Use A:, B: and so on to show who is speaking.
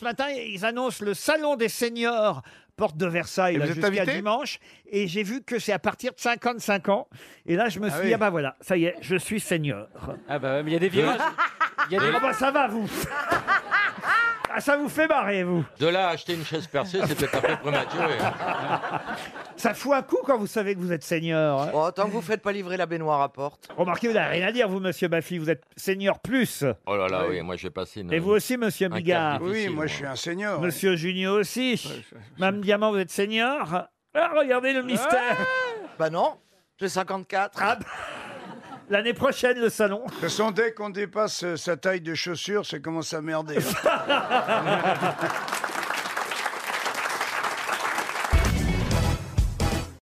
A: ce matin, ils annoncent le salon des seniors, porte de Versailles,
B: Et
A: là,
B: vous êtes
A: jusqu'à
B: invité
A: dimanche. Et j'ai vu que c'est à partir de 55 ans. Et là, je me
B: Ah
A: suis
B: oui.
A: dit, ah bah voilà, ça y est, je suis senior.
C: Ah bah ouais, mais il y a des virages. Il y a des...
A: Ah bah ça va, vous Ah, ça vous fait marrer, vous
D: De là à acheter une chaise percée, c'est peut-être un peu prématuré.
A: Ça fout un coup quand vous savez que vous êtes senior. hein.
E: Bon, tant que vous faites pas livrer la baignoire à porte.
A: Remarquez, vous n'avez rien à dire, vous, monsieur Baffy, vous êtes senior plus.
D: Oh là
E: Ah
D: là, oui, moi j'ai passé une.
A: Et vous aussi, monsieur
D: cap
A: Bigard.
D: difficile,
B: Oui, moi je suis un seigneur.
A: Monsieur Junio aussi. Mme Diamant, vous êtes senior Ah, regardez le mystère
E: Bah non, j'ai 54.
A: Ah, bah, L'année prochaine, le salon.
B: Ce sont dès qu'on dépasse euh, sa taille de chaussure, ça commence à merder. hein.